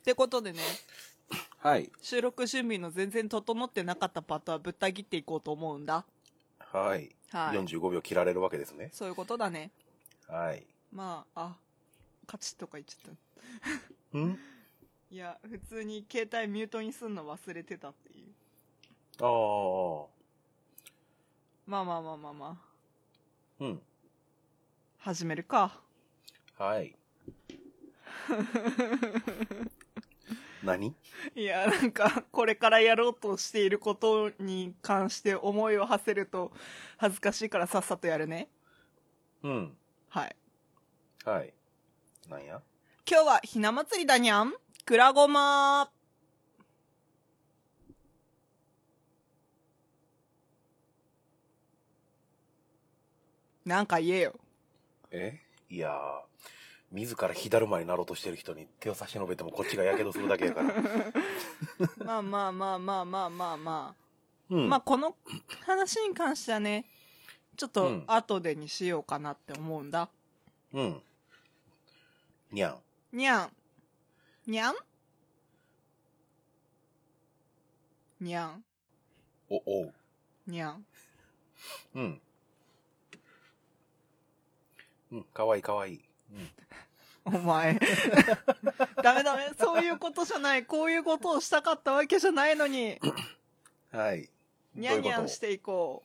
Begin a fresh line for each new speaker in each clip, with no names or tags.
ってことでね、
はい。
収録趣味の全然整ってなかったパートはぶった切っていこうと思うんだ。
はい。
はい
45秒切られるわけですね。
そういうことだね。
はい。
まあ、あ、カチッとか言っちゃった。
ん
いや、普通に携帯ミュートにすんの忘れてたっていう。
ああ。
まあまあまあまあまあ。
うん。
始めるか。
はい。何
いや、なんか、これからやろうとしていることに関して思いを馳せると恥ずかしいからさっさとやるね。
うん。
はい。
はい。なんや
今日はひな祭りだにゃんくらごまなんか言えよ。
えいやー、自ら火だるまになろうとしてる人に手を差し伸べてもこっちがやけどするだけ やから。
まあまあまあまあまあまあま
う
あ。
ん。
まあこの話に関してはね、ちょっ
う
と
ん
後でにしようかなって思うんだ。
うん。にゃん。
にゃん。にゃんにゃん。
お、おう。
にゃん。
うん。うん、かわいいかわいい。うん。
お前。ダメダメ。そういうことじゃない。こういうことをしたかったわけじゃないのに、
はい。。
にゃんにゃんしてていこ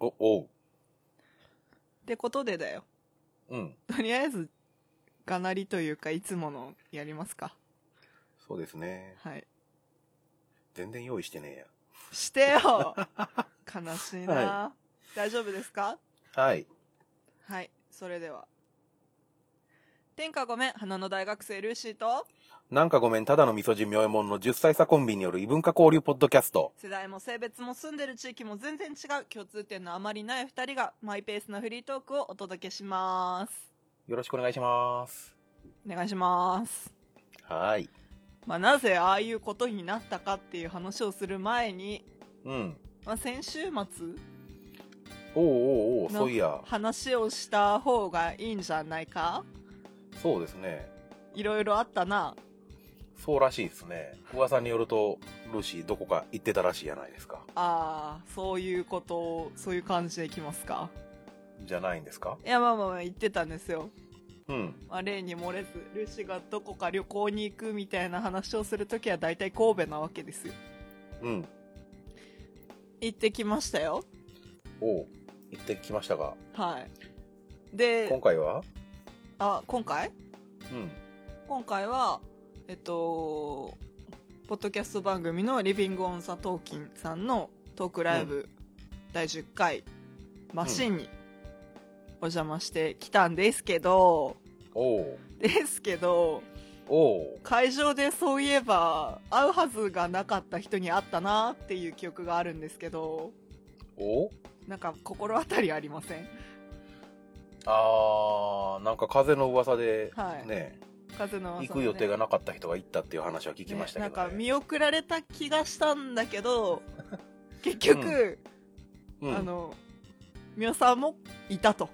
う。
お、おう。
ってことでだよ。
うん。
とりあえず、がなりというか、いつものやりますか。
そうですね。
はい。
全然用意してねえ
してよ悲しいな、
は
大丈夫ですか
や。はい。
はい。それでは。天下ごめん、花の大学生ルーシーと、
なんかごめん、ただの味噌汁妙えもんの10歳差コンビによる異文化交流ポッドキャスト。
世代も性別も住んでる地域も全然違う共通点のあまりない二人がマイペースなフリートークをお届けします。
よろしくお願いします。
お願いします。
はい。
まあ、なぜああいうことになったかっていう話をする前に、
うん。
まあ、先週末
おうおうおう、
の
そういや。
話をした方がいいんじゃないか
そうですね。
いろいろあったな。
そうらしいですね。噂によると、ルーシーどこか行ってたらしいじゃないですか。
ああ、そういうことを、そういう感じでいきますか。
じゃないんですか
いや、まあまあまあ言ってたんですよ。
うん。
まあ、例に漏れず、ルシがどこか旅行に行くみたいな話をするときは大体神戸なわけですよ。
うん。
行ってきましたよ。
おう。行ってきましたが、
はい。
今
で、
回は
あ、今回
うん。
今回は、えっと、ポッドキャスト番組のリビングオンサトーキンさんのトークライブ第10回、マシンにお邪魔してきたんですけど、
おう。
ですけど、
おう。
会場でそういえば会うはずがなかった人に会ったなっていう記憶があるんですけど、
おう
なんか心当たりありません
あー、なんか風の噂で、
はい
ね、
風の噂のね、
行く予定がなかった人が行ったっていう話は聞きましたけ
ねなんか
ど、ね。
見送られた気がしたんだけ ど、結局、
うん
あの、みおさんもいたと。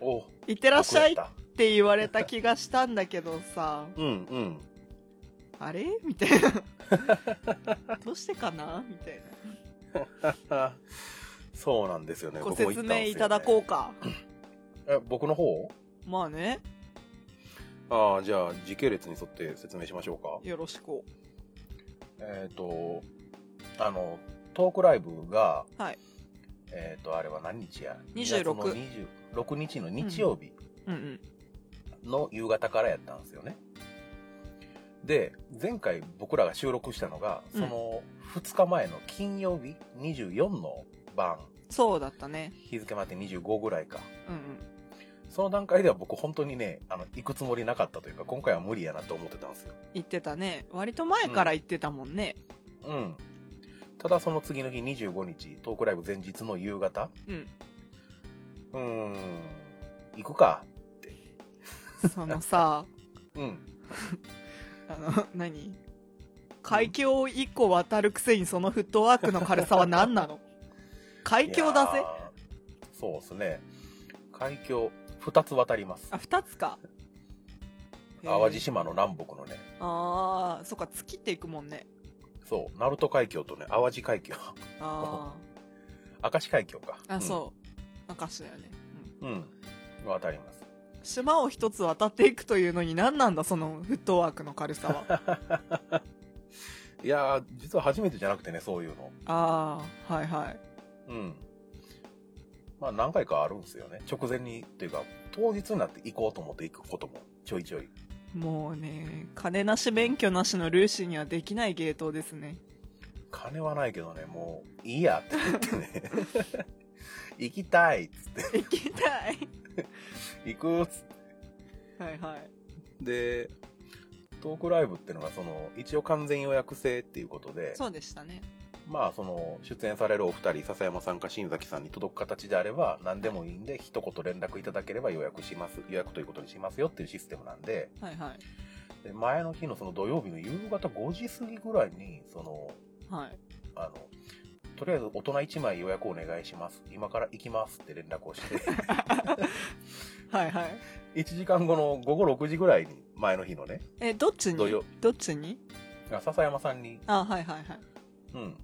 おう
いってらっしゃいっ
かって
言われた気がしたんだけどさ、
こよかったうん
あれみたいな。どうしてかなみたいな。
うん。そうなんですよね。
ご
僕も行
説
ったんですよ
明
ね
いただこうか。
え、僕の方
まあね、
ああ、じゃあ、時系列に沿って説明しましょうか。
よろしく。
えっ、と、あの、トークライブが、
はい
えっ、と、あれは何日や
26
2月の26日の日曜日
うんうん。
の夕方からやったんですよね。で、前回僕らが収録したのが、
うん
その2日前の金曜日24の晩、
そうだったね。
日付まで25ぐらいか。
うん
その段階では僕本当にね、あの、行くつもりなかったというか、今回は無理やなと思ってたんですよ。
言ってたね。割と前から言ってたもんね。
うん。ただその次の日25日、トークライブ前日の夕方、
うん。
うーん、行くか。
そのさ、
うん。
あの、何海峡を一個渡るくせにそのフットワークの軽さは何なの海峡だ
い
ぜ
や。ー。そうですね。海峡、二つ渡ります。
あ、二つか。
淡路島の南北のね、
ああそっか尽きていくもんね
そう、鳴門海峡とね、淡路海峡、
あ
明石海峡か。
ああそう明石だよね、
うん。うん。渡ります。
うん、島を一つ渡っていくというのに何なんだそのフットワークの軽さは あ
いやー、実は初めてじゃなくてね、そういうの。
あーはいはい
うん。まあ何回かあるんですよね。直前に、というか、当日になって行こうと思って行くこともちょいちょい。
もうね金なし免許なしのルーシーにはできない芸当ですね
金はないけどね、もういいやって言ってね。 行きたいっつって。
行きたい
行くっつ っ
はいはい
て。で、トークライブってのがその、一応完全予約制っていうことで、
そうでしたね
まあその、出演されるお二人、笹山さんか新崎さんに届く形であれば、何でもいいんで、一言連絡いただければ予約します、予約ということにしますよっていうシステムなんで、
はいはい
で前の日のその土曜日の夕方5時過ぎぐらいにその
はい
あのとりあえず大人1枚予約お願いします今から行きますって連絡をして
はいはい
1時間後の午後6時ぐらいに前の日のね
えどっちに
土曜
どっちに
あ笹山さんに、
あはいはいはい
うん、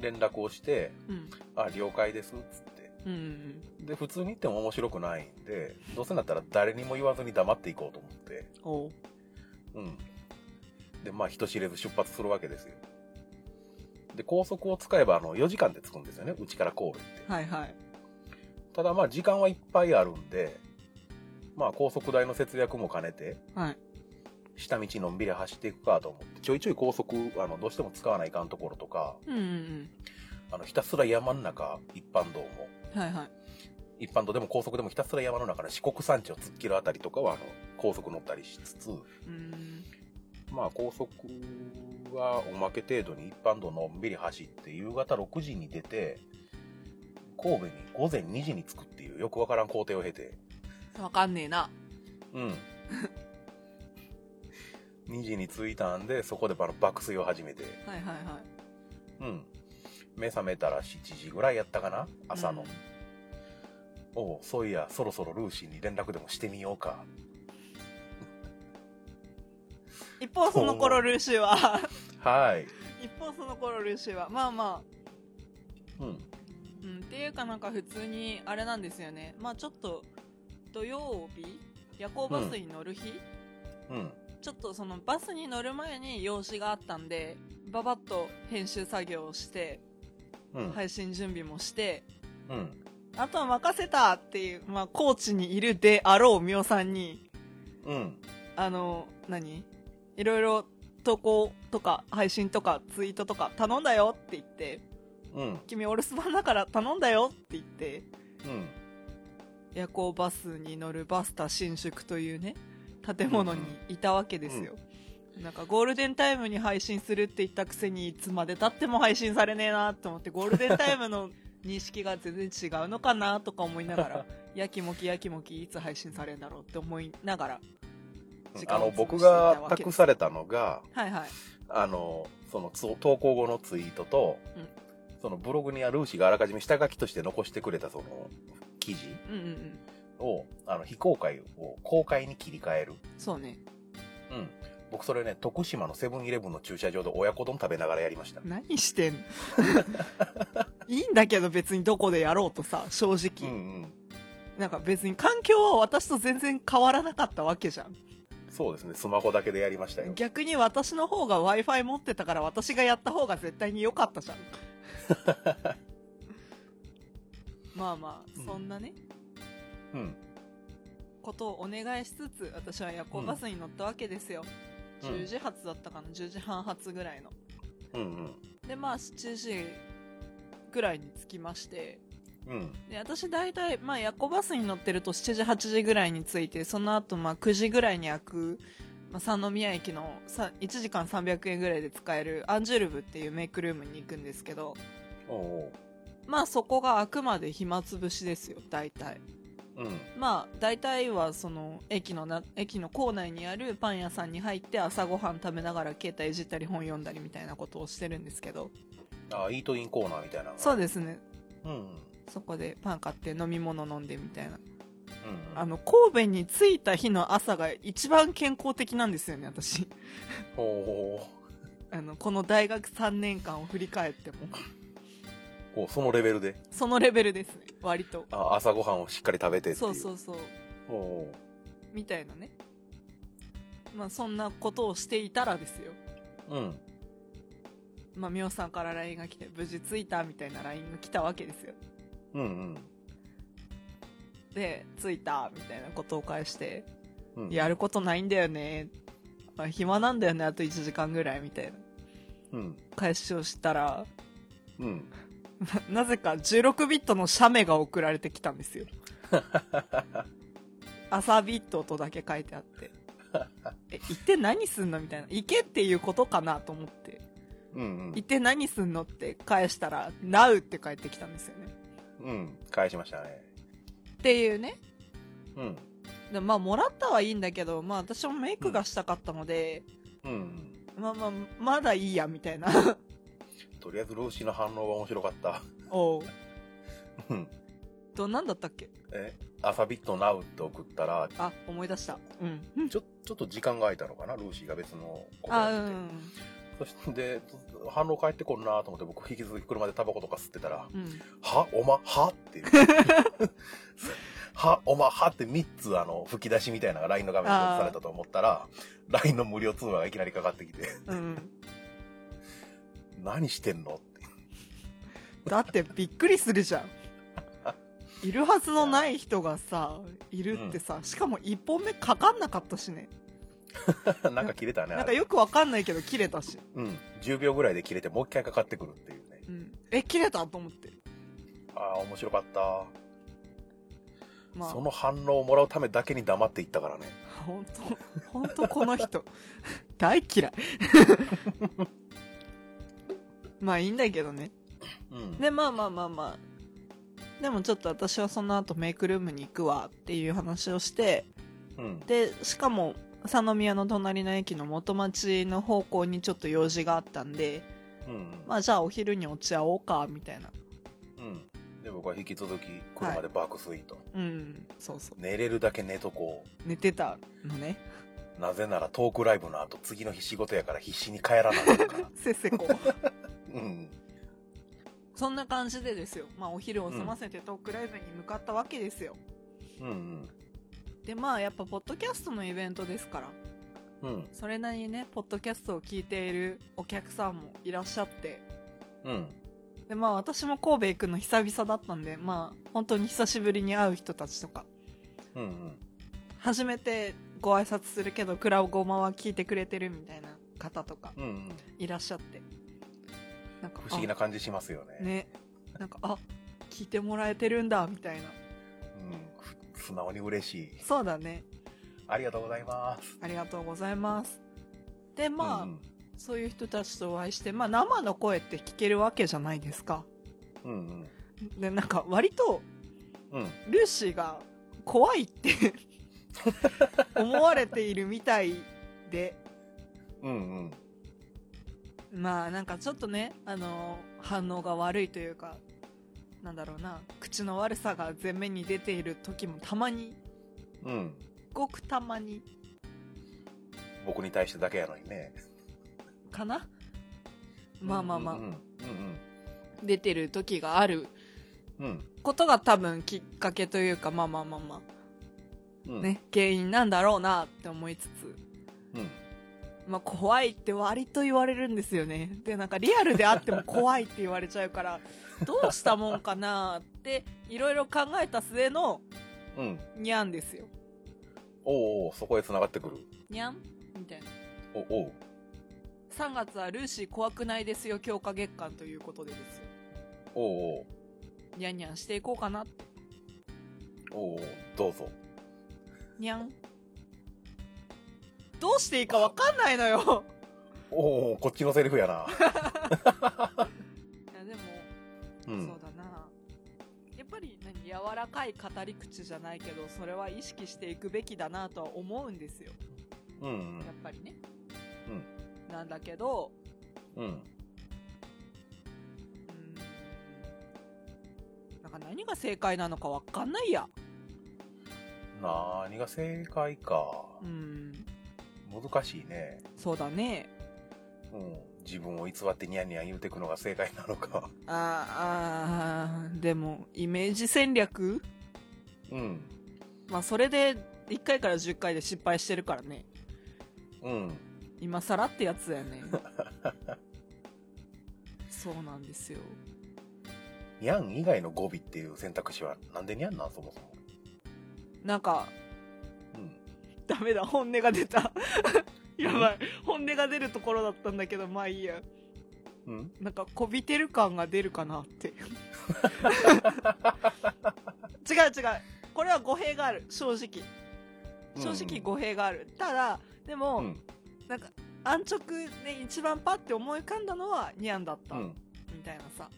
連絡をして
うん
「あ了解です」っつって
うんうん
で普通に行っても面白くないんでどうせなったら誰にも言わずに黙っていこうと思って
おう
うんでまあ人知れず出発するわけですよで高速を使えばあの4時間で着くんですよねうちから神戸って
はいはい
ただまあ時間はいっぱいあるんで、まあ高速代の節約も兼ねて、
はい
下道のんびり走っていくかと思って、ちょいちょい高速、あの、どうしても使わないかんところとか、
うんうん
あの、ひたすら山の中、一般道も、
うんはいはい
一般道でも高速でもひたすら山の中の四国山地を突っ切るあたりとかは、あの、高速乗ったりしつつ、
うーん
まあ高速はおまけ程度に一般道のんびり走って、夕方6時に出て、神戸に午前2時に着くっていうよくわからん工程を経て、
わかんねえな
うん。2時に着いたんで、そこであの爆睡を始めて、
はいはいはい
うん。目覚めたら7時ぐらいやったかな朝の。
うん
おうそういや、そろそろルーシーに連絡でもしてみようか。
一方その頃ルーシーは
はい。
一方その頃ルーシーはまあまあ、
うん。
うん、っていうかなんか普通にあれなんですよねまあちょっと土曜日夜行バスに乗る日、
うん。
ちょっとそのバスに乗る前に用事があったんでババッと編集作業をして
うん。
配信準備もして
うん。
あとは任せたっていう、まあ、高知にいるであろうみおさんに
うん。
あの何いろいろ投稿とか配信とかツイートとか頼んだよって言って
うん。
君お留守番だから頼んだよって言って
うん。
夜行バスに乗るバスタ新宿というね建物にいたわけですよ、なんかゴールデンタイムに配信するって言ったくせにいつまでたっても配信されねえなと思ってゴールデンタイムの認識が全然違うのかなとか思いなが らやきもきやきもきいつ配信されるんだろうって思いながら時間
あ
を
の、
潰していた
僕
わ
が
けです
託されたのが、
はいはい
あの、その、つ投稿後のツイートと、
うん
そのブログにはルーシーがあらかじめ下書きとして残してくれたその記事
うんうんうん
を、あの、非公開を公開に切り替える。
そうね
うん。僕それね、徳島のセブンイレブンの駐車場で親子丼食べながらやりました。
何して んのいいんだけど別にどこでやろうとさ正
うん
直、
うん。
なんか別に環境は私と全然変わらなかったわけじゃん。
そうですね、スマホだけでやりましたよ。
逆に私の方が Wi-Fi 持ってたから私がやった方が絶対に良かった じゃん。まあま
うん
あ、そんなね、
うん。
ことをお願いしつつ、私は夜行バスに乗ったわけですよ。
うん
10時発だったかな、10時半発ぐらいの。
うん
で、まあ7時ぐらいに着きまして、
うん。うん。
で私大体、まあ、夜行バスに乗ってると7時8時ぐらいに着いてその後まあ9時ぐらいに開く、まあ、三宮駅のさ1時間300円ぐらいで使えるアンジュルブっていうメイクルームに行くんですけど
おう
まあそこが開くまで暇つぶしですよ大体
おう。うん。
まあ大体はその駅のな駅の構内にあるパン屋さんに入って朝ごはん食べながら携帯いじったり本読んだりみたいなことをしてるんですけど
あ、イートインコーナーみたいなのが
そうですね
うんうん。
そこでパン買って飲み物飲んでみたいな
うん
あの神戸に着いた日の朝が一番健康的なんですよね私
ほう
あのこの大学3年間を振り返っても
ほうそのレベルで
そのレベルですね割と
あ朝ごはんをしっかり食べてっていう
そうそううそう
ほ
みたいなねまあそんなことをしていたらですよ
ううん
まあみおさんから LINE が来て無事着いたみたいな LINE が来たわけですよ
うん
で着いたみたいなことを返して
うんうん
やることないんだよね、まあ、暇なんだよねあと1時間ぐらいみたいな
うん
返しをしたら
うん
なぜか16ビットの写メが送られてきたん ですよ。朝ビットとだけ書いてあって。え、行って何すんのみたいな。行けっていうことかなと思って。
うん
行って何すんのって返したら、Now って返ってきたんですよね。
うんうん返しましたね
っていうね。
うん
でまあ、もらったはいいんだけど、まあ私もメイクがしたかったので、
うんうん
まあまあ、まだいいや、みたいな。
とりあえずルーシーの反応は面白かった
おう。
うん
と、なんだったっけ
え朝ビットナウって送ったら
あ、思い出した。うん。
ちょちょっと時間が空いたのかなルーシーが別の子
あ、
や
う
ってて
ん。
そして反応返ってこんなと思って僕引き続き車でタバコとか吸ってたら
うん。
「はおまは?」っていう「はおまは?」って3つあの吹き出しみたいなのが LINE の画面に表示されたと思ったら LINE の無料通話がいきなりかかってきて
うん。
「何してんの?」 って
だってびっくりするじゃんいるはずのない人がさいるってさ、しかも1本目かかんなかったしね
なんか切れたね
なん
あ
か
れ、
よくわかんないけど切れたし、
うん、10秒ぐらいで切れてもう一回かかってくるっていうね
うん、え切れたと思って
ああ面白かった、
まあ
その反応をもらうためだけに黙っていったからね
本当本当この人大嫌い まあいいんだけどね
うん
でまあまあまあまあでもちょっと私はその後メイクルームに行くわっていう話をして
うん
でしかも佐宮の隣の駅の元町の方向にちょっと用事があったんで
うん
まあじゃあお昼に落ち合おうかみたいな
うんで僕は引き続き車で爆睡と、
うんそうそう
寝れるだけ寝とこう
寝てたのね
なぜならトークライブの後次の日仕事やから必死に帰らないのから
せっせこ
うん
そんな感じでですよまあお昼を済ませてトークライブに向かったわけですよ、
うん
でまあやっぱポッドキャストのイベントですから
うんうん
それなりにねポッドキャストを聞いているお客さんもいらっしゃって
うん
でまあ私も神戸行くの久々だったんでまあ本当に久しぶりに会う人たちとか
うんうん
初めてご挨拶するけどクラゴマは聞いてくれてるみたいな方とか
うんうん
いらっしゃってなんか
不思議な感じしますよね
あねなんかあ聞いてもらえてるんだみたいな
うん、素直に嬉しい
そうだね
ありがとうございます
ありがとうございますでまあ、
うん
そういう人たちとお会いして、まあ、生の声って聞けるわけじゃないですか
うんうん
でなんか割と
うん
ルーシーが怖いって 思われているみたいで
うん
まあなんかちょっとね、あのー反応が悪いというかなんだろうな口の悪さが前面に出ている時もたまに
うんうん
ごくたまに
僕に対してだけやのにね
かなまあまあまあ、
うんうん
出てる時がある
うんうん
ことが多分きっかけというかまあまあまあま
うんう
あ
ん
ね原因なんだろうなって思いつつ
うん
まあ怖いって割と言われるんですよねでなんかリアルであっても怖いって言われちゃうからどうしたもんかなっていろいろ考えた末の
うん
ニャンですよ
おうおうそこへ繋がってくる
にゃんみたいな
おおう
3月はルーシー怖くないですよ強化月間ということでですよ
おうおう
にゃんにゃんしていこうかなって
おうおうどうぞ
にゃんどうしていいかわかんないのよ
おうおうこっちのセリフ や
い
な、
やでも、
うん、
そうだなやっぱり何柔らかい語り口じゃないけどそれは意識していくべきだなとは思うんですよ
うん
やっぱりね、なんだけど
うんうん
うーんなんか何が正解なのかわかんないや
何が正解か
うん
難しいね、
そうだね
うん、自分を偽ってニヤニヤ言うてくのが正解なのか
あーあーでもイメージ戦略
うん
まあそれで1回から10回で失敗してるからね
うん
今更ってやつや ねそうなんですよ
ニャン以外の語尾っていう選択肢はなんでニャンなんそもそも
なんか
うん
ダメだ本音が出 たやばい本音が出るところだったんだけどまあいいや
うん、
なんかこびてる感が出るかなって 違う違うこれは語弊がある正直正直語弊がある、ただでも、
うん
なんか安直で一番パッて思い浮かんだのはニャンだった、
うん
みたいなさ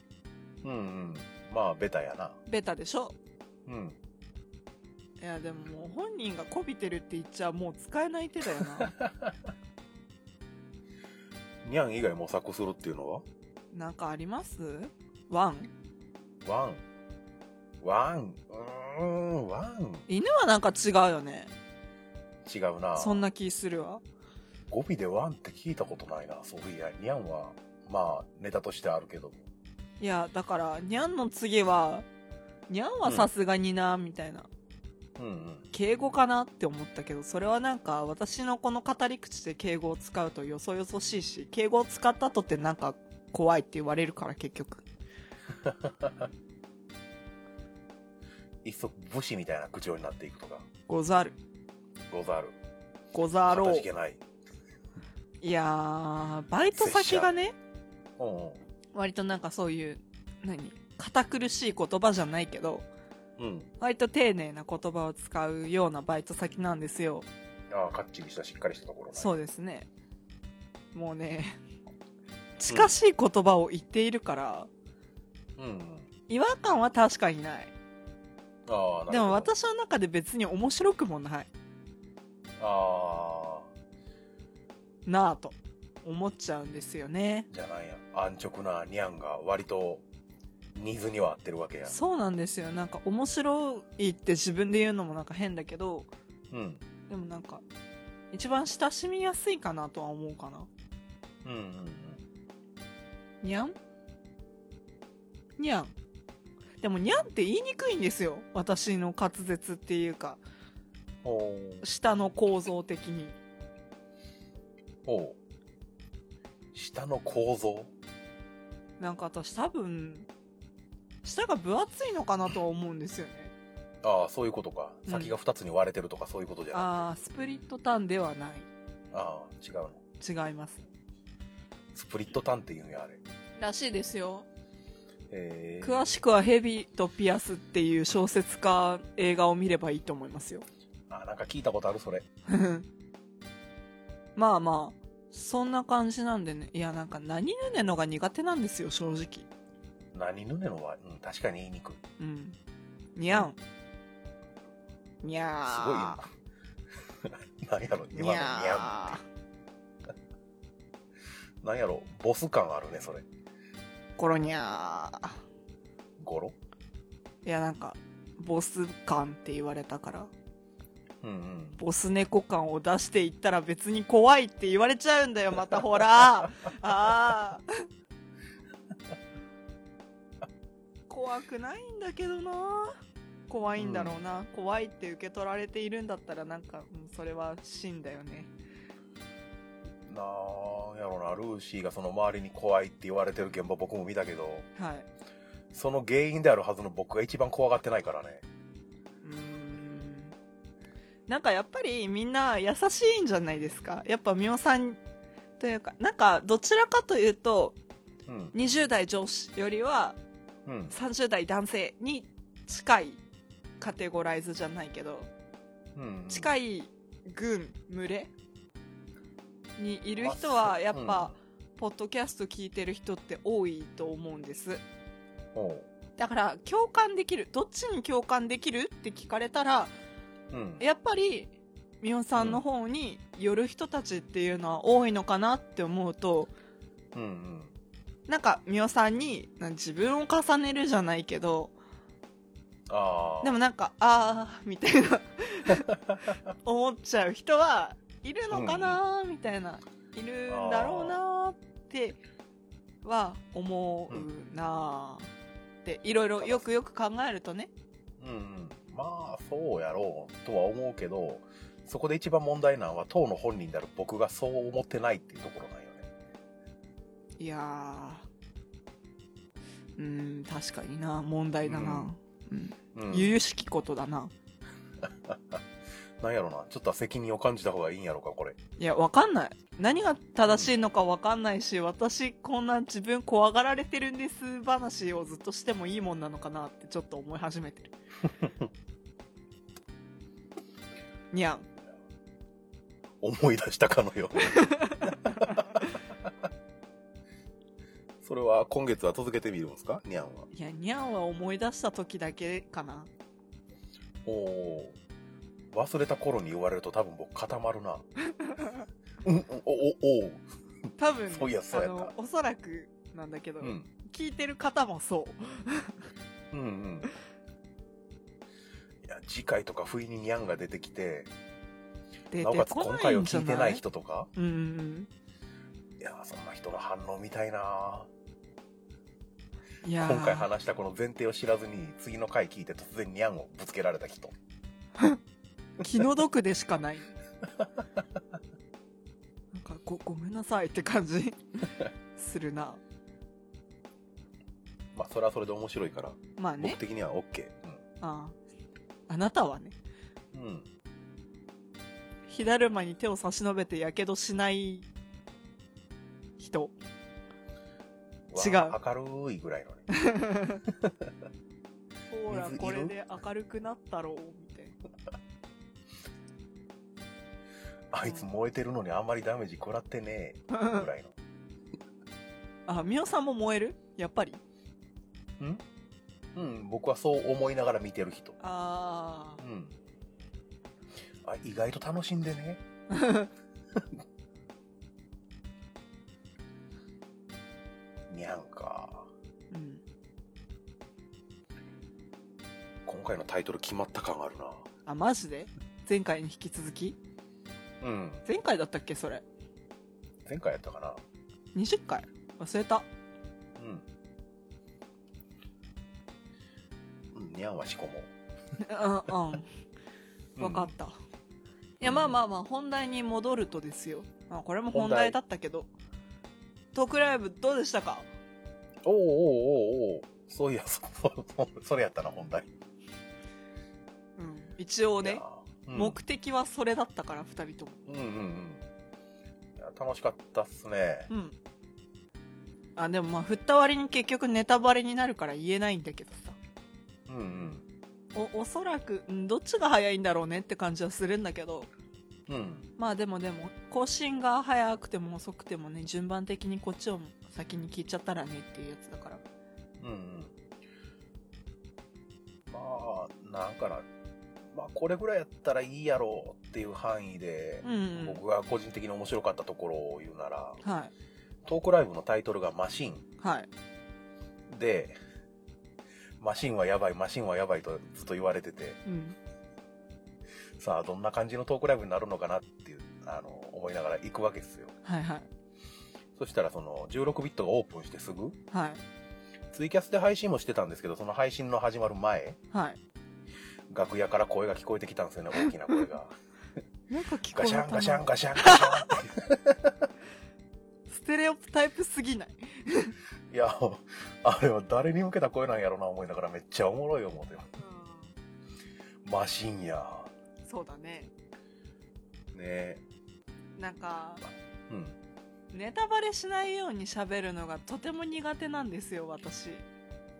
うんうんまあベタやな
ベタでしょ
うん
いやでももう本人がこびてるって言っちゃもう使えない手だよ な
ニャン以外模索するっていうのは
なんかありますワン
ワンワンうーんワン
犬はなんか違うよね
違うな
そんな気するわ
語尾でワンって聞いたことないなそういやニャンはまあネタとしてあるけど
いやだからニャンの次はニャンはさすがになみたいな、
うんうん
敬語かなって思ったけどそれはなんか私のこの語り口で敬語を使うとよそよそしいし敬語を使った後ってなんか怖いって言われるから結局
いっそ武士みたいな口調になっていくとか
ござる
ござる
ござろ
か
う
たじけない
いやーバイト先がね
うんうん
割となんかそういう何堅苦しい言葉じゃないけど
うん
割と丁寧な言葉を使うようなバイト先なんですよ
ああかっちりしたしっかりしたところね
そうですねもうね近しい言葉を言っているから
うんうん
違和感は確かにない
ああなるほど
でも私の中で別に面白くもない
ああ
なぁと思っちゃうんですよね
じゃないや安直なニャンが割とニーズには合ってるわけや
そうなんですよなんか面白いって自分で言うのもなんか変だけど
うん
でもなんか一番親しみやすいかなとは思うかな
うんうんうん
にゃんにゃんでもにゃんって言いにくいんですよ私の滑舌っていうか
おー
下の構造的に
おう下の構造
なんか私多分舌が分厚いのかなとは思うんですよね
ああそういうことか
うん
先が2つに割れてるとかそういうことじゃない、
ああスプリットターンではない
ああ違うの
違います
スプリットタンっていうんやあれ
らしいですよ
えー、
詳しくは「ヘビとピアス」っていう小説家映画を見ればいいと思いますよ
あなんか聞いたことあるそれ
まあまあそんな感じなんでねいやなんか何ぬねのが苦手なんですよ正直
何ぬねのは、うん、確かに言いにくい
うんにゃんにゃ
すごいよ 何やろ
ー
今のニャン
ゃ
何やろボス感あるねそれ
ーころにゃー
ゴロ
いやなんかボス感って言われたから
うんうん
ボス猫感を出していったら別に怖いって言われちゃうんだ よまたほらああ怖くないんだけどな怖いんだろうな、怖いって受け取られているんだったらなんか、うん、それは真だよね
なんやろなルーシーがその周りに怖いって言われてる現場僕も見たけど
はい
その原因であるはずの僕が一番怖がってないからね
うーんなんかやっぱりみんな優しいんじゃないですかやっぱみおさんというかなんかどちらかというと
うん
20代上司よりは
うん
30代男性に近いカテゴライズじゃないけど
うん
近
い
い群群れにいる人はやっぱ、ポッドキャスト聞いてる人って多いと思うんです
うんおう
だから共感できるどっちに共感できるって聞かれたら
うん
やっぱりみおさんの方に寄る人たちっていうのは多いのかなって思うと
うんうん
なんかみおさんになん自分を重ねるじゃないけど
ああ
でもなんかあーみたいな思っちゃう人はいるのかなーみたいないるんだろうなーっては思うなーっていろいろよくよく考えるとね
うんうんまあそうやろうとは思うけどそこで一番問題なのは当の本人である僕がそう思ってないっていうところなんよね
いやーうーん確かにな問題だな、うん
うん
由々しきことだな
なんやろなちょっとは責任を感じた方がいいんやろうかこれ
いやわかんない何が正しいのかわかんないし私こんな自分怖がられてるんです話をずっとしてもいいもんなのかなってちょっと思い始め てるにゃん
思い出したかのよ うにそれは今月は続けてみるんですかニャンはい
やにゃんは思い出した時だけかな
おおー忘れた頃に言われると多分僕固まるなうんうんおおおう
多分
そういやそう
あ
やった
のおそらくなんだけど、
うん
聞いてる方もそう
うんうんいや次回とか不意にニャンが出てきて
出
なおか
て
つ
こ
今
ない
回を
んじゃ
聞いてない人とか
うんうん
いやそんな人の反応見たいな
うんいやー
今回話したこの前提を知らずに次の回聞いて突然ニャンをぶつけられた人
気の毒でしかないなんかごごめんなさいって感じするな
まあそれはそれで面白いから
まあね
僕的には OK
あああなたはね
うん、うん、
火だるまに手を差し伸べてやけどしない人違う
わあ明るいぐらいのね
ほら
水いる
これで明るくなったろうみたいな
あいつ燃えてるのにあんまりダメージ食らってねえぐらいの
あみおさんも燃えるやっぱり
うん僕はそう思いながら見てる人
あ
うんあ意外と楽しん でね
あ
にゃんか
うん
今回のタイトル決まった感あるな
あマジで前回に引き続き
うん
前回だったっけそれ
前回やったかな
20回忘れた
うんうんにゃんはしこも
うんうん
うん
分かった、いやまあまあまあ本題に戻るとですよ、まあ、これも本題だったけどトークライブどうでしたか
おうおうおうおうそういやそそそそれやったな本題
うん一応
い
ね
や、うん、
目的はそれだったから2人とも
うんうんうんいや楽しかったっすね
うんあでもまあ振った割に結局ネタバレになるから言えないんだけどさ
うんうん
おおそらくうんどっちが早いんだろうねって感じはするんだけど
うん
まあでもでも更新が早くても遅くてもね順番的にこっちを先に聞いちゃったらねっていうやつだから
うんうんまあなんかなまあこれぐらいやったらいいやろうっていう範囲で、
うんうん
僕が個人的に面白かったところを言うなら
はい
トークライブのタイトルが「マシン」
はい
で、マシンはやばい、マシンはやばいとずっと言われてて、
うん
さあ、どんな感じのトークライブになるのかなっていう、あの、思いながら行くわけですよ。
はいはい
そしたら、その、16ビットがオープンしてすぐ、
はい
ツイキャスで配信もしてたんですけど、その配信の始まる前、
はい
楽屋から声が聞こえてきたんですよね、大きな声 が。
なんか聞こ
ガ
え
シャンガシ
た
ャン
な
ガシャンガ シャンって。
ステレオタイプすぎない
いや、あれは誰に向けた声なんやろな、思いながらめっちゃおもろい思って。マシンや。
そうだね
ねえ。
なんか
うん。
ネタバレしないように喋るのがとても苦手なんですよ私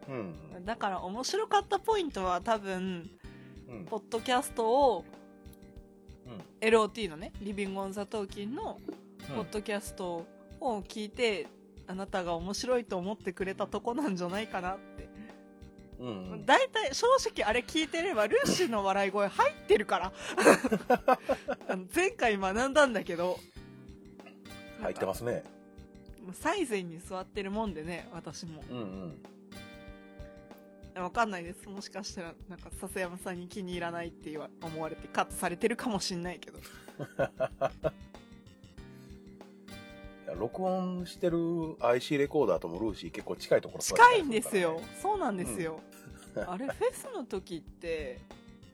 うん。
だから面白かったポイントは多分
うん。
ポッドキャストを
うん。
LOT のねリビング・オン・ザ・トーキンの
うん
ポッドキャストを聞いて、あなたが面白いと思ってくれたとこなんじゃないかなって
うんうん。
大体、正直あれ聞いてればルーシーの笑い声入ってるから あの前回学んだんだけど
入ってますね。
なんか最前に座ってるもんでね私も
うんうん。
やわかんないですもしかしたらなんか笹山さんに気に入らないって言わ思われてカットされてるかもしんないけど
いや録音してる IC レコーダーともルーシー結構近いところ座った
近
り
いんですよそうなんですよ、 あれフェスの時って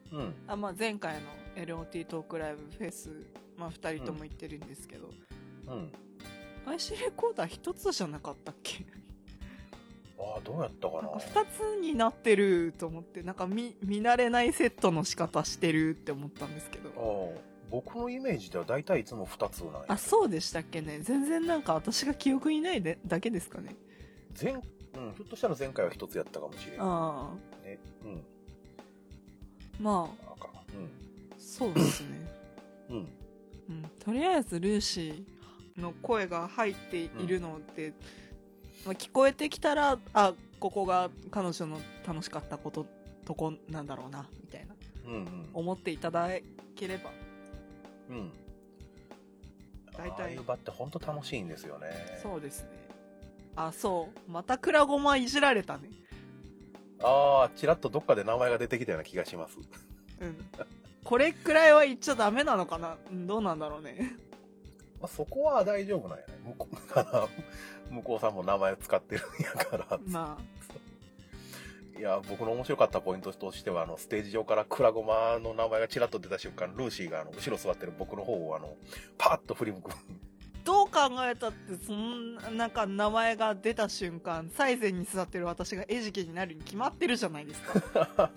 するからね。
あ、まあ、前回の LOT トークライブフェス、まあ、2人とも行ってるんですけど、
うん。うん。
IC レコーダー1つじゃなかったっけ
ああ、どうやったか
なん
な
か。2つになってると思ってなんか見見慣れないセットの仕方してるって思ったんですけど
ああ僕のイメージでは大体いつも2つなんや
あそうでしたっけね全然なんか私が記憶にないでだけですかね
前、うん、ひょっとしたら前回は1つやったかもしれな
ああ
いねうん
まあ
あかん
そうですね
うんうん
うんとりあえずルーシーの声が入っているので、まあ、聞こえてきたらあここが彼女の楽しかったこととこなんだろうなみたいな
うん
思っていただければ
うんうん
大体
ああいう場って本当楽しいんですよね
そうですねあそうまたクラゴマいじられたね
ああちらっとどっかで名前が出てきたような気がします
うんこれくらいは言っちゃダメなのかなうんどうなんだろうね
まあ、そこは大丈夫なんやね向こうから向こうさんも名前使ってるんやから、
まあ
いや僕の面白かったポイントとしてはあのステージ上からクラゴマの名前がちらっと出た瞬間ルーシーがあの後ろ座ってる僕の方をあのパッと振り向く
どう考えたってそんななんか名前が出た瞬間最前に座ってる私が餌食になるに決まってるじゃないですか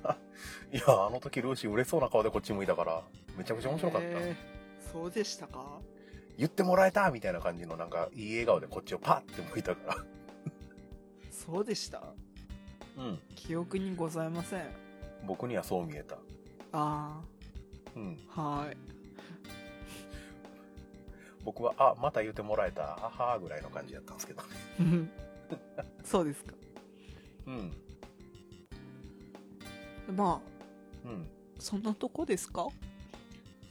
いやあの時ルーシー嬉しそうな顔でこっち向いたからめちゃくちゃ面白かった、
へーそうでしたか
言ってもらえたみたいな感じのなんかいい笑顔でこっちをパッて向いたか
そうでした
らうん
記憶にございません
僕にはそう見えた
あ
うん
あはい
僕はあまた言ってもらえたあはーぐらいの感じだったんですけどね
うんそうですか
うん
まあ
うん
そんなとこですか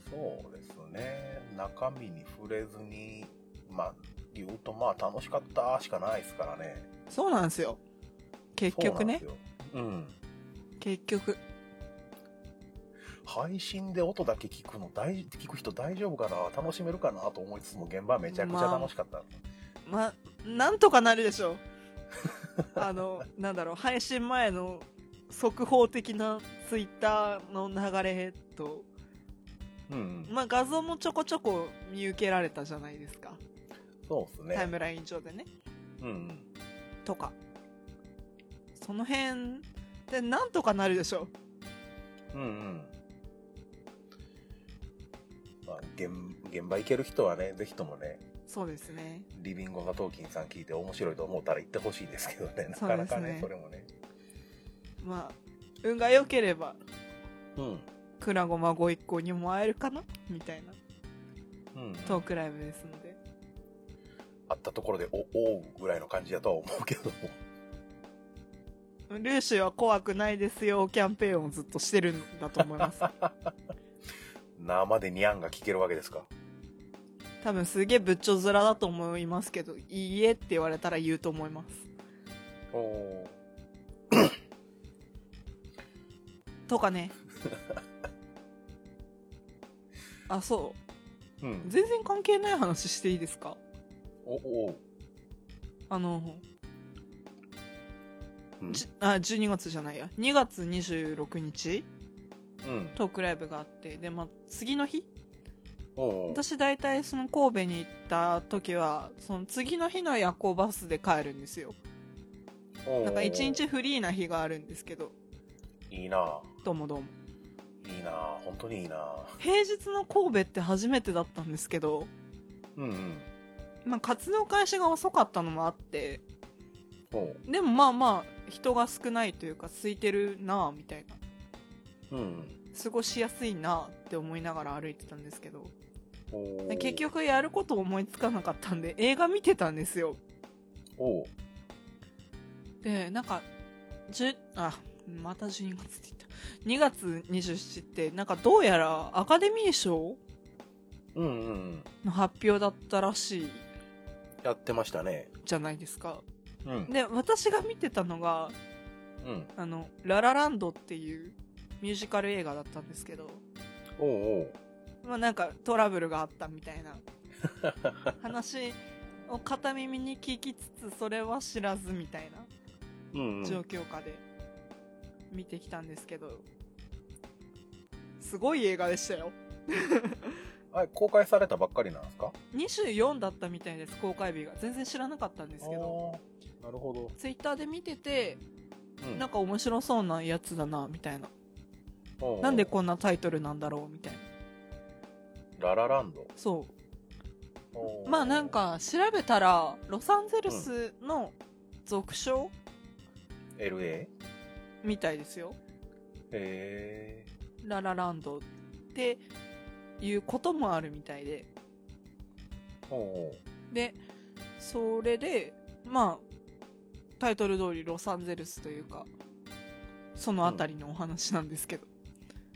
そうですね中身に触れずにまあ言うとまあ楽しかったしかないですからね
そうなんですよ結局ね
そうなんですようん
結局
配信で音だけ聞くの大事聞く人大丈夫かな楽しめるかなと思いつつも現場はめちゃくちゃ楽しかった、
まあなんとかなるでしょう あのなんだろう配信前の速報的なツイッターの流れと、
うんうん、
まあ、画像もちょこちょこ見受けられたじゃないですか、
そうですね
タイムライン上でね
うんうん
とかその辺でなんとかなるでしょ
うんうんまあ、現現場行ける人はね、ぜひともね、
うそうですね
リビンゴがトーキンさん聞いて面白いと思ったら行ってほしいですけどね、な
そう
か
で
な
すね
かね、それもね。
まあ運が良ければ
うん。
くらごまご一行にも会えるかなみたいな
うん、
トークライブですので
あったところで、お、おうぐらいの感じだとは思うけども。
ルーシーは怖くないですよキャンペーンをずっとしてるんだと思います
生でニャンが聞けるわけですか。
多分すげえぶっちょ面だと思いますけど「いいえ」って言われたら言うと思います
おお。
とかねあそう
う。
うん全然関係ない話していいですか
お、おう。
あの、
うん
じあ12月じゃないや2月26日
うん。
トークライブがあってで、まあ、次の日
おうおう。
私大体その神戸に行った時はその次の日の夜行バスで帰るんですよ
おうおう
なんか1日。フリーな日があるんですけど
いいな
どうもどうも
いいな本当にいいな
平日の神戸って初めてだったんですけど、
うんうん。
まあ、活動開始が遅かったのもあって
おう。
でもまあまあ人が少ないというか空いてるなあみたいな
うんうん。
過ごしやすいなあって思いながら歩いてたんですけど
お
で
う
結。局やること思いつかなかったんで映画見てたんですよ
おう。
でなんかじゅあまた12月って言った2月27日ってなんかどうやらアカデミー賞
うんうんうん。
の発表だったらしい
やってましたね。
じゃないですか
うん。
で私が見てたのが
うん
あの「ラ・ラ・ランド」っていうミュージカル映画だったんですけど、
おうおう
まあ、なんかトラブルがあったみた いな話を片耳に聞きつつそれは知らずみたいな
うんうん
状況下で見てきたんですけどすごい映画でしたよ
あれ公開されたばっかりなんですか
24だったみたいです公開日が全然知らなかったんですけど
あーなるほど、
ツイッターで見てて
うん
なんか面白そうなやつだなみたいな
おうおう
なんでこんなタイトルなんだろうみたいな
ララランド
そ
お
う
う
まあなんか調べたらロサンゼルスの俗称
LA
みたいですよ
へ
ララランドっていうこともあるみたいで
ーおうおう
でそれでまあタイトル通りロサンゼルスというかその辺りのお話なんですけど、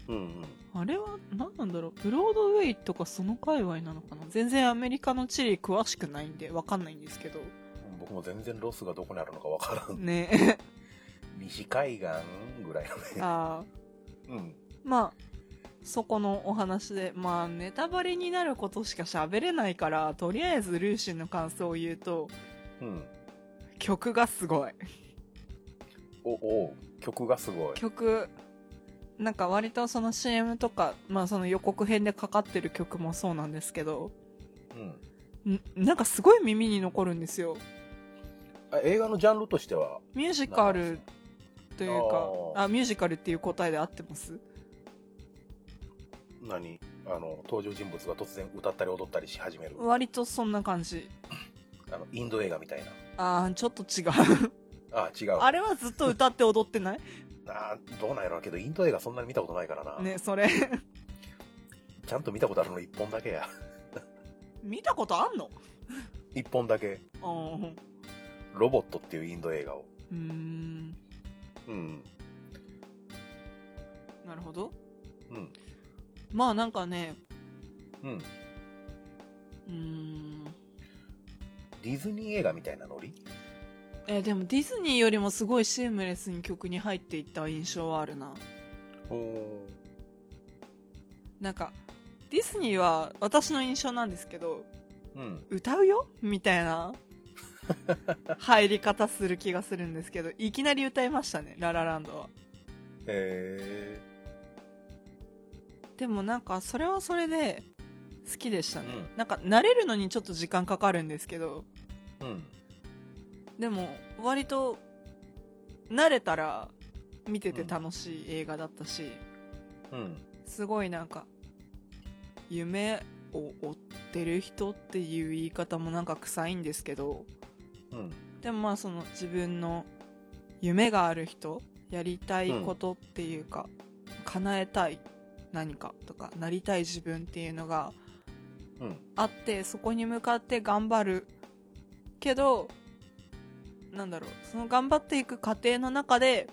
うんうん
あれは何なんだろうブロードウェイとかその界隈なのかな全然アメリカの地理詳しくないんで分かんないんですけど
僕も全然ロスがどこにあるのかわからん
ね
西海岸ぐらい
あー
のね
まあそこのお話でまあネタバレになることしか喋れないからとりあえずルーシーの感想を言うと
うんうん
曲がすごい
おおう曲がすごい
曲なんか割とその CM とか、まあ、その予告編でかかってる曲もそうなんですけど
うん
んなんかすごい耳に残るんですよ
あ映画のジャンルとしては
ミュージカルというか
あー
あミュージカルっていう答えで合ってます
何あの登場人物が突然歌ったり踊ったりし始める
割とそんな感じ
あのインド映画みたいな
あーちょっと違 う
あ違う
あれはずっと歌って踊ってない
あーどうなんやろうけどインド映画そんなに見たことないからな、
ねそれ
ちゃんと見たことあるの1本だけや
見たことあんの
1本だけ
うん
ロボットっていうインド映画を
うーん
うん
なるほど
うん
まあなんかね
うん
うーん
ディズニー映画みたいなノリ
えーでもディズニーよりもすごいシームレスに曲に入っていった印象はあるな
おお
なんかディズニーは私の印象なんですけど
うん
歌うよみたいな入り方する気がするんですけどいきなり歌いましたね「ララランドは」
え
でもなんかそれはそれで好きでしたね、
う
なんか慣れるのにちょっと時間かかるんですけど
ー、うん
でも割と慣れたら見てて楽しい映画だったし、
うん
すごいなんか夢を追ってる人っていう言い方もなんか臭いんですけど
うん
でもまあその自分の夢がある人やりたいことっていうか、叶えたい何かとかなりたい自分っていうのが
うん
あってそこに向かって頑張るけどなんだろうその頑張っていく過程の中で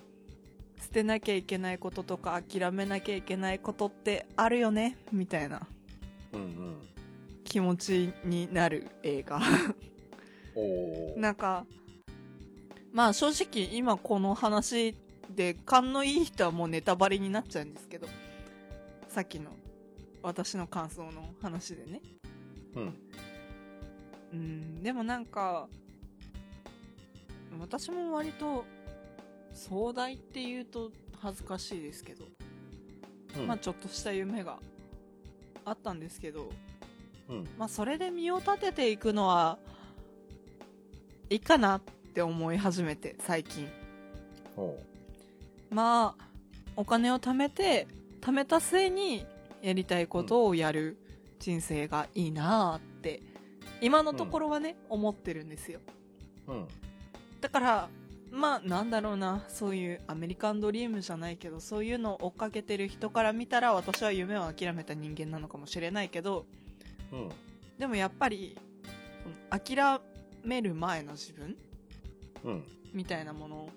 捨てなきゃいけないこととか諦めなきゃいけないことってあるよねみたいな
うんうん
気持ちになる映画
おお
なんかまあ正直今この話で勘のいい人はもうネタバレになっちゃうんですけどさっきの私の感想の話でね
うん
うんでもなんか私も割と壮大っていうと恥ずかしいですけど、
うん
まあちょっとした夢があったんですけど、
うん
まあ、それで身を立てていくのはいいかなって思い始めて最近
おお
まあお金を貯めて貯めた末にやりたいことをやる人生がいいなーって今のところはね、思ってるんですよ
うん
だからまあなんだろうなそういうアメリカンドリームじゃないけどそういうのを追っかけてる人から見たら私は夢を諦めた人間なのかもしれないけど
うん
でもやっぱりその諦める前の自分
うん
みたいなもの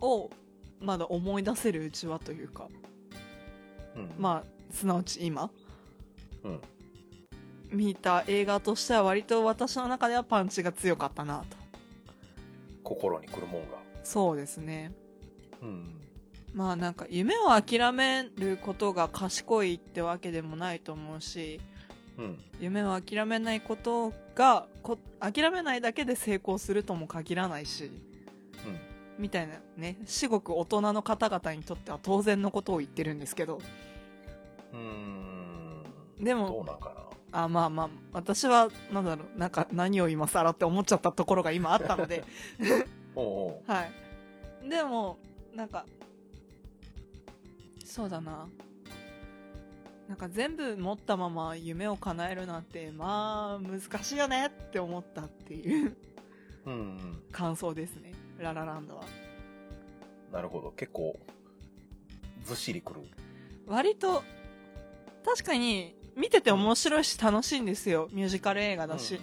をまだ思い出せるうちはというか
うん
まあすなわち今
うん
見た映画としては割と私の中ではパンチが強かったなと
心に来るもんが
そうですね
うん
まあなんか夢を諦めることが賢いってわけでもないと思うし
うん
夢を諦めないことがこ諦めないだけで成功するとも限らないしみたいなね至極大人の方々にとっては当然のことを言ってるんですけど
うんうーん
でも
どうなんかな
あまあまあ私はなんだろうなんか何を今更って思っちゃったところが今あったので
おうおう
はいでもなんかそうだななんか全部持ったまま夢を叶えるなんてまあ難しいよねって思ったっていう
うんうん
感想ですねララランドは
なるほど結構ずっしりくる
割と確かに見てて面白いし楽しいんですよミュージカル映画だし、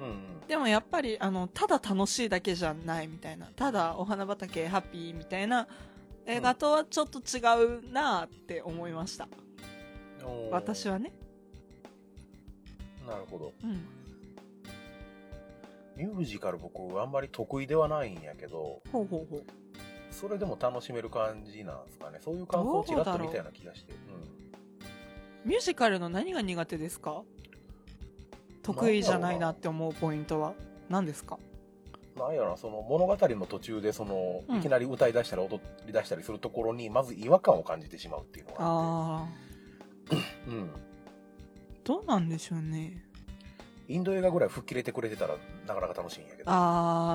うんうん
でもやっぱりあのただ楽しいだけじゃないみたいなただお花畑ハッピーみたいな映画とはちょっと違うなって思いました、
おー
私はね、
なるほど
うん、
ミュージカル僕あんまり得意ではないんやけど
ほうほうほう
それでも楽しめる感じなんですかねそういう感想をちらっと見たような気がしてうん
ミュージカルの何が苦手ですか得意じゃないなって思うポイントは何ですか
なんやろなその物語の途中でその、
うん
いきなり歌い出したり踊り出したりするところにまず違和感を感じてしまうっていうのがあっ
ああ
てうん、
どうなんでしょうね
インド映画ぐらい吹っ切れてくれてたらなかなか楽しいんやけどあ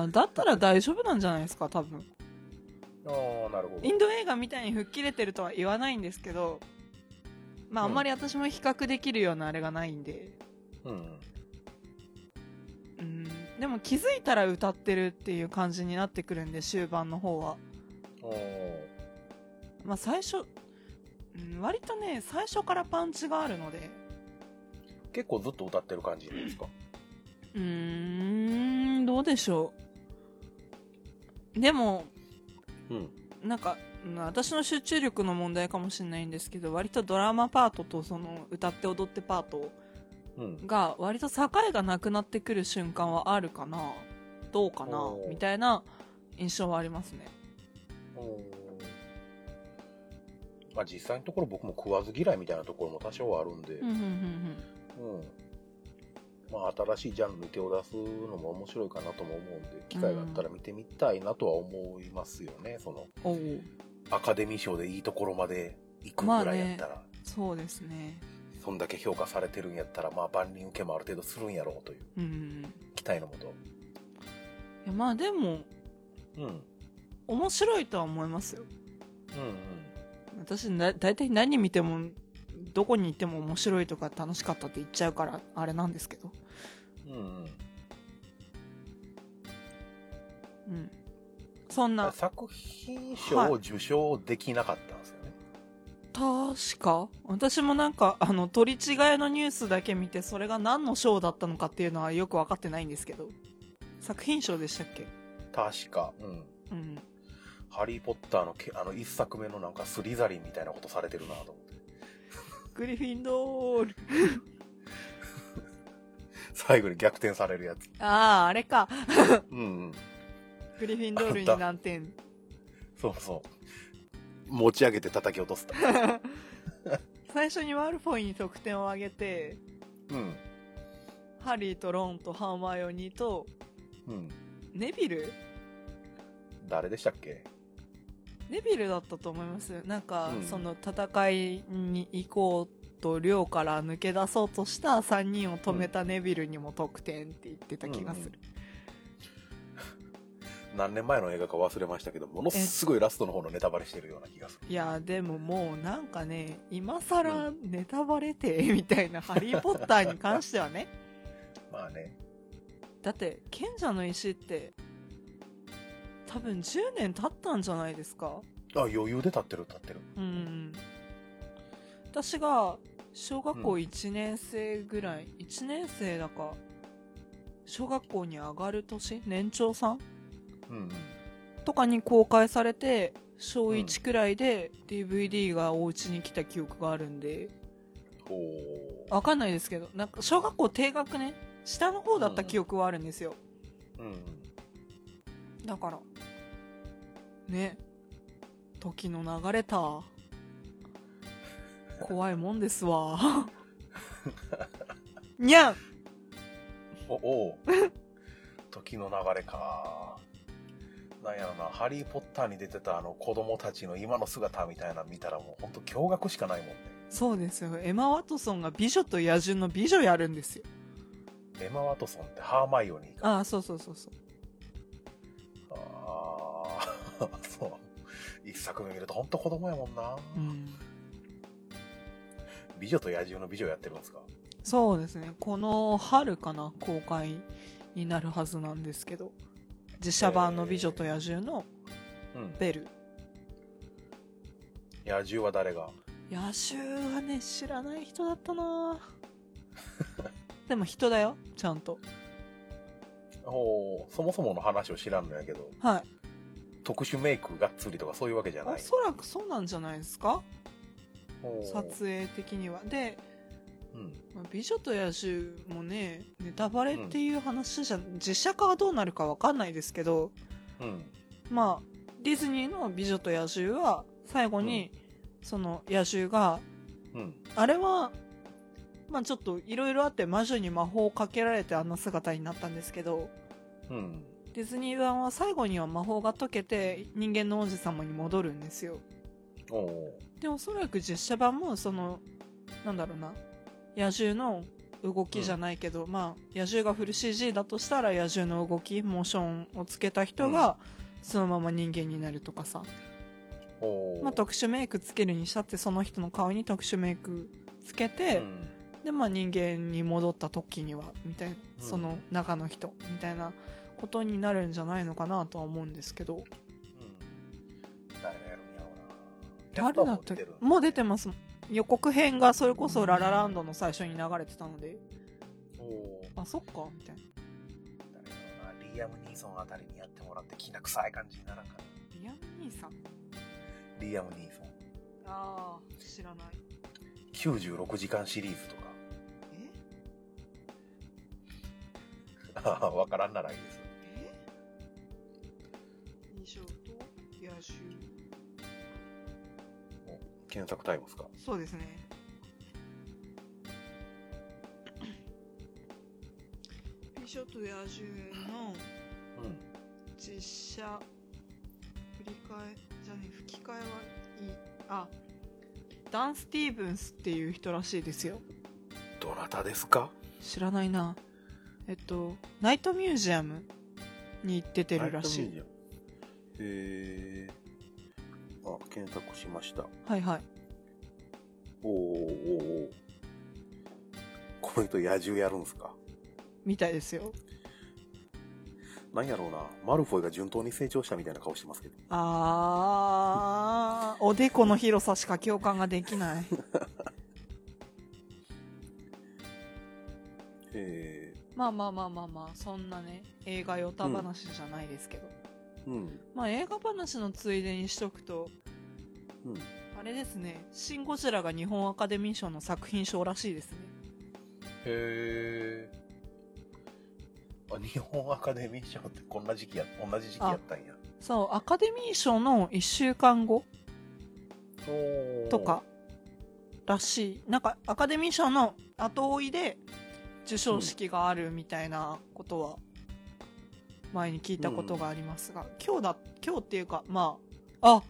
ああだったら大丈夫なんじゃないですか多分
あーなるほど
インド映画みたいに吹っ切れてるとは言わないんですけどまああんまり私も比較できるようなあれがないんで、
うん
うん、でも気づいたら歌ってるっていう感じになってくるんで終盤の方は、
おー
まあ、最初、うん、割とね最初からパンチがあるので
結構ずっと歌ってる感じですか
うーんどうでしょうでも
うん
なんかうん私の集中力の問題かもしれないんですけど割とドラマパートとその歌って踊ってパート
うん
が割と境がなくなってくる瞬間はあるかなどうかな
おー
みたいな印象はありますね
おーまあ実際のところ僕も食わず嫌いみたいなところも多少はあるんで、
うんうんうんうん
うんまあ、新しいジャンルに手を出すのも面白いかなとも思うんで機会があったら見てみたいなとは思いますよね、その
おう
アカデミー賞でいいところまで行くぐらいやったら、
そうですね
そんだけ評価されてるんやったらまあ万人受けもある程度するんやろうという
うん
期待のもと
いやまあでも
うんうん
面白いとは思いますよ私な大体何見てもどこに行っても面白いとか楽しかったって言っちゃうからあれなんですけど
うんうんうん
うんそんな
作品賞を受賞できなかったんですよね、
確か私もなんかあの取り違えのニュースだけ見てそれが何の賞だったのかっていうのはよく分かってないんですけど作品賞でしたっけ
確かうん
うん
「ハリー・ポッターのけ」あの一作目のなんかスリザリンみたいなことされてるなと思って
グリフィンドール
最後に逆転されるやつ
あああれか
うんうん
グリフィンドールに何点
そうそう。持ち上げて叩き落とすと。
最初にワルフォイに得点を上げて
うん。
ハリーとロンとハーマイオニーと
うん。
ネビル
誰でしたっけ
ネビルだったと思いますなんか、
うん
その戦いに行こうと寮から抜け出そうとした3人を止めたネビルにも得点って言ってた気がする、
何年前の映画か忘れましたけど、ものすごいラストの方のネタバレしてるような気がする。
いやでももうなんかね今さらネタバレてみたいな「ハリー・ポッター」に関しては ね
まあね。
だって賢者の石って多分10年経ったんじゃないですか
あ、余裕で立ってる、立ってる。
うん私が小学校1年生ぐらい、1年生だか小学校に上がる年年長さん
うんうん。
とかに公開されて小1くらいで DVD がお家に来た記憶があるんで
おー。
わかんないですけどなんか小学校低学年下の方だった記憶はあるんですよ、
うんうん。
だからね時の流れた怖いもんです わにゃん
おお う時の流れかなんやろな「ハリー・ポッター」に出てたあの子供たちの今の姿みたいなの見たらもうほんと驚愕しかないもんね
そうですよエマ・ワトソンが美女と野獣の美女やるんですよ
エマ・ワトソンってハーマイオニーか
ああそうそうそうそう
ああ そう一作目見るとほんと子供やもんな
うん
美女と野獣の美女やってるんですか
そうですねこの春かな公開になるはずなんですけど自社版の「美女と野獣」の
うん
ベル
野獣は誰が
野獣はね知らない人だった なでも人だよちゃんと
おうそもそもの話を知らんのやけど
はい
特殊メイクがっつりとかそういうわけじゃな
お
い
そらくそうなんじゃないですか
おう
撮影的にはで
うん
「美女と野獣」もねネタバレっていう話じゃ、実写化はどうなるかわかんないですけど
うん
まあディズニーの「美女と野獣」は最後に、その野獣が
うん
あれはまあちょっといろいろあって魔女に魔法をかけられてあんな姿になったんですけど
うん
ディズニー版は最後には魔法が解けて人間の王子様に戻るんですよ
おお
でおそらく実写版もそのなんだろうな野獣の動きじゃないけど、まあ野獣がフル CG だとしたら野獣の動きモーションをつけた人がそのまま人間になるとかさ、
おお
まあ、特殊メイクつけるにしたってその人の顔に特殊メイクつけて、
うん
でまあ人間に戻った時にはみたいな
うん
その中の人みたいなことになるんじゃないのかなとは思うんですけど
うん誰がやるんやろうな
誰だったっけもう出てますもん予告編がそれこそ「ララランド」の最初に流れてたので
おおー
あそっかみたいな
誰やろうなリアム・ニーソンあたりにやってもらって気な臭い感じにならんかな
リアム兄さん
リアム・ニーソン
ああ知らない
96時間シリーズと
え
かああ わからんならいいです
え二章と野獣
検索タイムですか
そうですね 美女と野獣の
うん
実写振り替えじゃねえ吹き替えはいいあダン・スティーブンスっていう人らしいですよ
どなたですか
知らないなえっとナイトミュージアムに出てるらしい
へえあ検索しました
はいはい
おーおーおーこの人野獣やるんすか
みたいですよ
なんやろうなマルフォイが順当に成長したみたいな顔してますけど
あー おでこの広さしか共感ができ ない
へえ
まあまあまあまあまあそんなね映画ヨタ話じゃないですけど、
うん
まあ映画話のついでにしとくと
うん
あれですね「シン・ゴジラ」が日本アカデミー賞の作品賞らしいですね
へえ日本アカデミー賞ってこんな時期や同じ時期やったんや
そうアカデミー賞の1週間後とからしいなんかアカデミー賞の後追いで授賞式があるみたいなことは前に聞いたことがありますが、今日だ今日っていうかまああ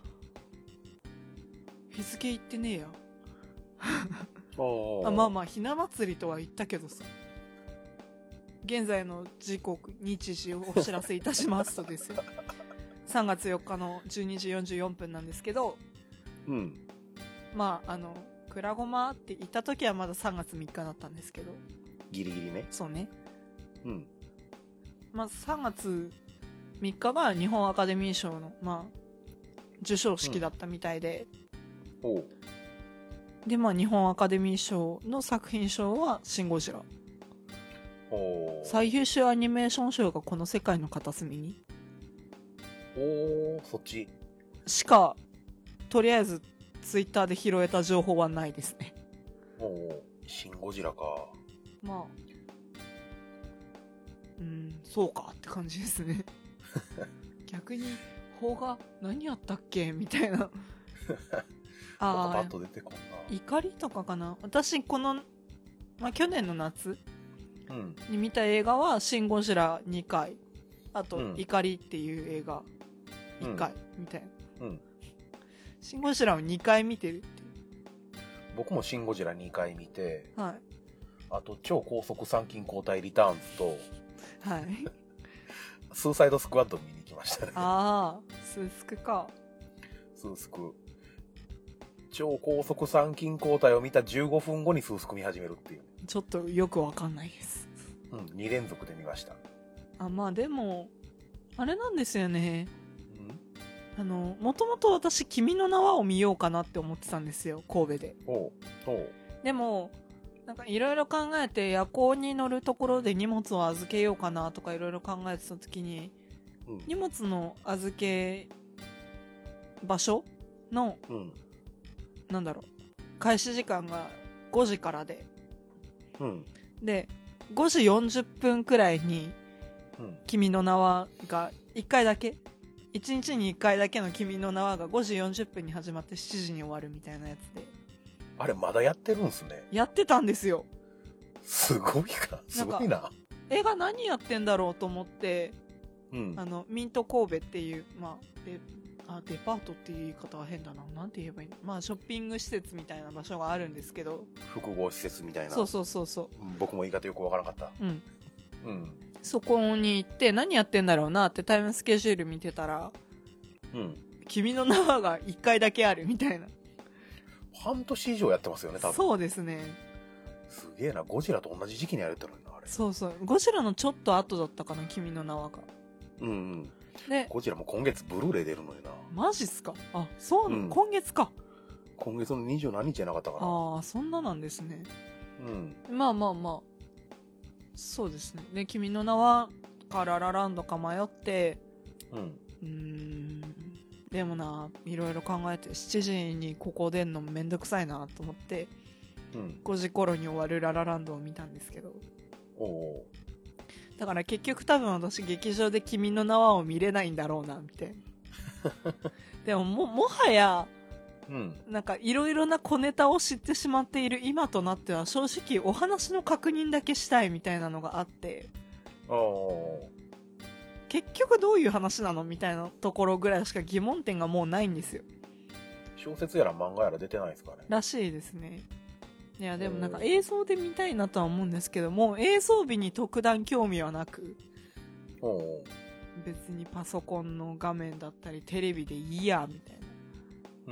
日付言ってねえやあまあまあひな祭りとは言ったけどさ現在の時刻日時をお知らせいたしますとです よ3月4日の12時44分なんですけど
うん
まああの「くらごま」って言った時はまだ3月3日だったんですけど
ギリギリね
そうね
うん
まあ3月3日が日本アカデミー賞のまあ授賞式だったみたいで、
おう
でまあ日本アカデミー賞の作品賞は「シン・ゴジラ」
おう
最優秀アニメーション賞がこの世界の片隅に
おうそっち
しかとりあえずツイッターで拾えた情報はないですね
おうシン・ゴジラか
まあ うんそうかって感じですね逆に邦画何やったっけみたい な
なんかパ
あ
ッ
あ
と出てこん
怒りとかかな私この、まあ、去年の夏
なうん
に見た映画は「シン・ゴジラ」2回あと
う
「
ん
怒り」っていう映画
うん
1回みたいな
うん
「シン・ゴジラ」を2回見てるってい
僕も「シン・ゴジラ」2回見て
うはい
あと超高速参勤交代リターンズと
はい
スーサイドスクワッド見に行きましたね
ああスースクか
スースク超高速参勤交代を見た15分後にスースク見始めるっていう、
ちょっとよくわかんないです
うん、2連続で見ました、
あまあでもあれなんですよね
うん、
あのもともと私「君の名は」を見ようかなって思ってたんですよ神戸で
おうおう
でもなんかいろいろ考えて夜行に乗るところで荷物を預けようかなとかいろいろ考えてた時に
うん
荷物の預け場所の
うん
なんだろう開始時間が5時からで
うん
で5時40分くらいに
うん
「君の名は」が1回だけ1日に1回だけの「君の名は」が5時40分に始まって7時に終わるみたいなやつで
あれまだやってるんすね
やってたんですよ
すごいかすごいな
映画何やってんだろうと思って
うん
あのミント神戸っていう、まあ、デあデパートっていう言い方は変だななんて言えばいいの、まあ、ショッピング施設みたいな場所があるんですけど
複合施設みたいな
そうそうそうそ
うん僕も言い方よくわからなかった
う、うん、
うん
そこに行って何やってんだろうなってタイムスケジュール見てたら
うん
「君の名は」が1回だけあるみたいな
半年以上やってますよね多分
そうですね
すげえなゴジラと同じ時期にやれてるんだあれ
そうそうゴジラのちょっと後だったかな「君の名は」が
うんうん
で
ゴジラも今月ブルーレイ出るのよな
マジっすかあそうなの、
うん
今月か
今月の二十何日じゃなかったかな
ああそんななんですね
うん
まあまあまあそうですねで「君の名は」か「ララランド」か迷って
うん
うーんでもないろいろ考えて7時にここ出んのめんどくさいなと思って
うん
5時頃に終わる「ララランド」を見たんですけど
おうおう
だから結局多分私劇場で「君の名は」を見れないんだろうなみ たいなでもももはや
うん
なんかいろいろな小ネタを知ってしまっている今となっては正直お話の確認だけしたいみたいなのがあって
ああ
結局どういう話なのみたいなところぐらいしか疑問点がもうないんですよ
小説やら漫画やら出てないですかね
らしいですねいやでもなんか
うん
映像で見たいなとは思うんですけども映像美に特段興味はなく
おうおう
別にパソコンの画面だったりテレビでいいやみたい
う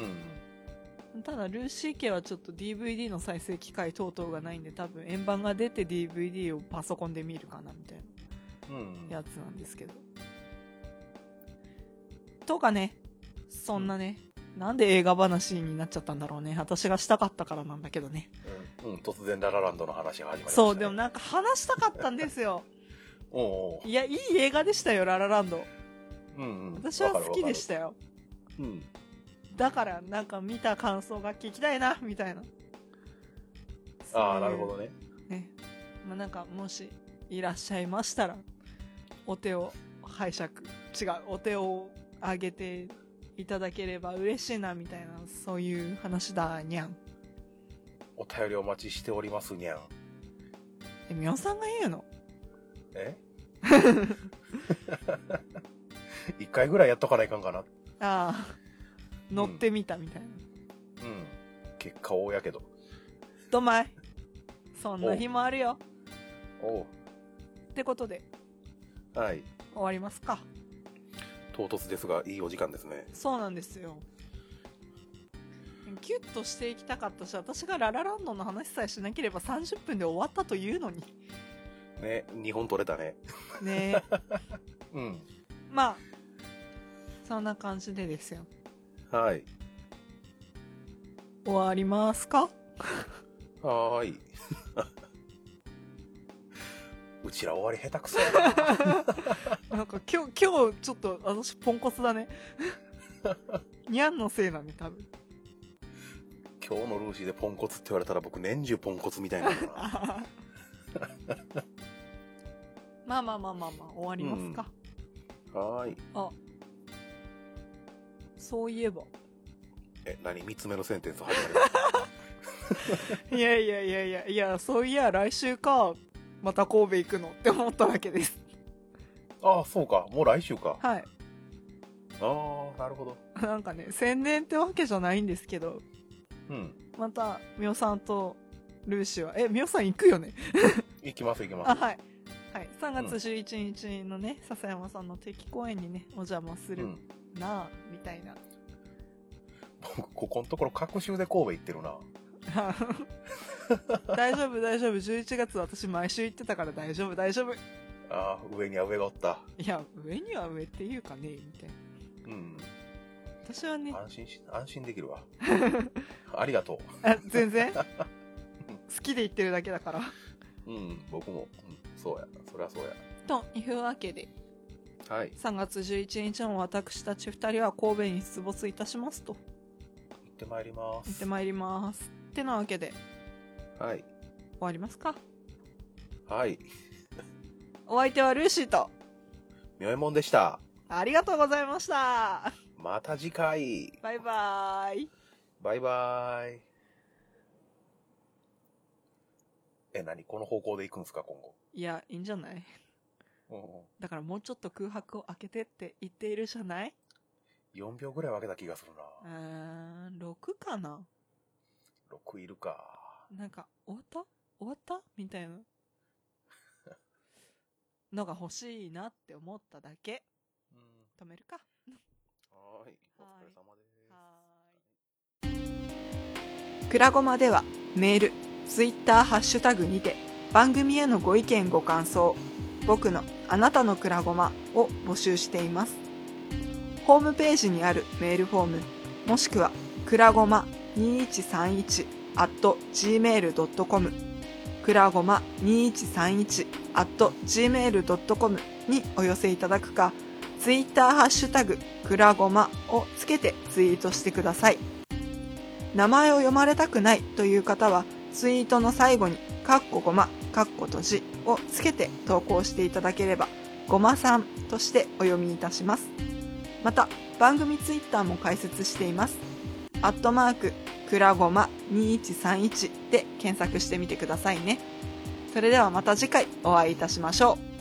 ん
なただルーシー家はちょっと DVD の再生機械等々がないんで多分円盤が出て DVD をパソコンで見るかなみたいな
うん
やつなんですけどとかねそんなね、なんで映画話になっちゃったんだろうね私がしたかったからなんだけどね
うんうん突然ララランドの話が始まりましたね
そうでもなんか話したかったんですよ
おうおう
いやいい映画でしたよララランド
うんうん
私は好きでしたたよ
うん
だからなんか見た感想が聞きたいなみたいな
ああなるほどね
どね、まあ、なんかもしいらっしゃいましたらお手を拝借違うお手をあげていただければ嬉しいなみたいなそういう話だにゃん
お便りお待ちしておりますにゃん
えみおさんが言うの
え 一回ぐらいやっとかないかんかな
ああ乗ってみたみたいな、
うん結果大やけど
どまいそんな日もあるよ
おう
ってことで
はい
終わりますか
唐突ですがいいお時間ですね
そうなんですよキュッとしていきたかったし私がララランドの話さえしなければ30分で終わったというのに
ね2本取れたね
ねえ
うん
まあそんな感じでですよ
はい
終わりますか
は ーいうちら終わり下手くそや な
なんか今日今日ちょっと私ポンコツだね にゃんのせいだね多分
今日のルーシーでポンコツって言われたら僕年中ポンコツみたいになるな
あーまあまあまあまあまあ終わりますか、
はーい
あそういえば
え何3つ目のセンテンス始まりました
いやいやいやいやいやそういや来週かまた神戸行くのって思ったわけです
ああそうかもう来週かあ
はい
あなるほど
なんかね宣伝ってわけじゃないんですけど
うん
またみおさんとルーシーはえみおさん行くよね
行きます行きます
あはい、はい、3月11日のね、笹山さんの定期公演にねお邪魔す
う
る
ん、
なあ、みたいな
僕ここのところ隔週で神戸行ってるな
あ大丈夫大丈夫11月私毎週行ってたから大丈夫大丈夫い
あー上には上がおった
や上には上っていうかねみたいな
うん
私はね
安心し安心でき るわありがと
あ全 然好きで言ってるだけだから
ううん僕も、うん、そうやそりゃそうや
というわけで
はい
3月11日も私たち2人は神戸に出没いたしますと
行ってまいりま
行っ
す
てまいりますってなわけで
はい
終わりますか
はい
お相手はルーシーと
みょえもんでした
ありがとうございました
また次回
バイバーイ
バイバーイえ何この方向で行くんですか今後
いやいいんじゃない
うんうん
だからもうちょっと空白を空けてって言っているじゃない
4秒ぐらい分けた気がする
う
な
ーん、6かな
6いるか
なんか、終わった終わったみたいな。のが欲しいなって思っただけ。
うん
止めるか。
はーいお疲れ様です
くらごまではメール、ツイッター、ハッシュタグにて番組へのご意見ご感想、僕のあなたのくらごまを募集しています。ホームページにあるメールフォーム、もしくはくらごま2131 at gmail.com くらごま2131 at gmail.com にお寄せいただくか、ツイッターハッシュタグくらごまをつけてツイートしてください。名前を読まれたくないという方は、ツイートの最後に、かっこごま、かっことじをつけて投稿していただければ、ごまさんとしてお読みいたします。また、番組ツイッターも開設しています。アットマーク、くらごま2131で検索してみてくださいね。それではまた次回お会いいたしましょう。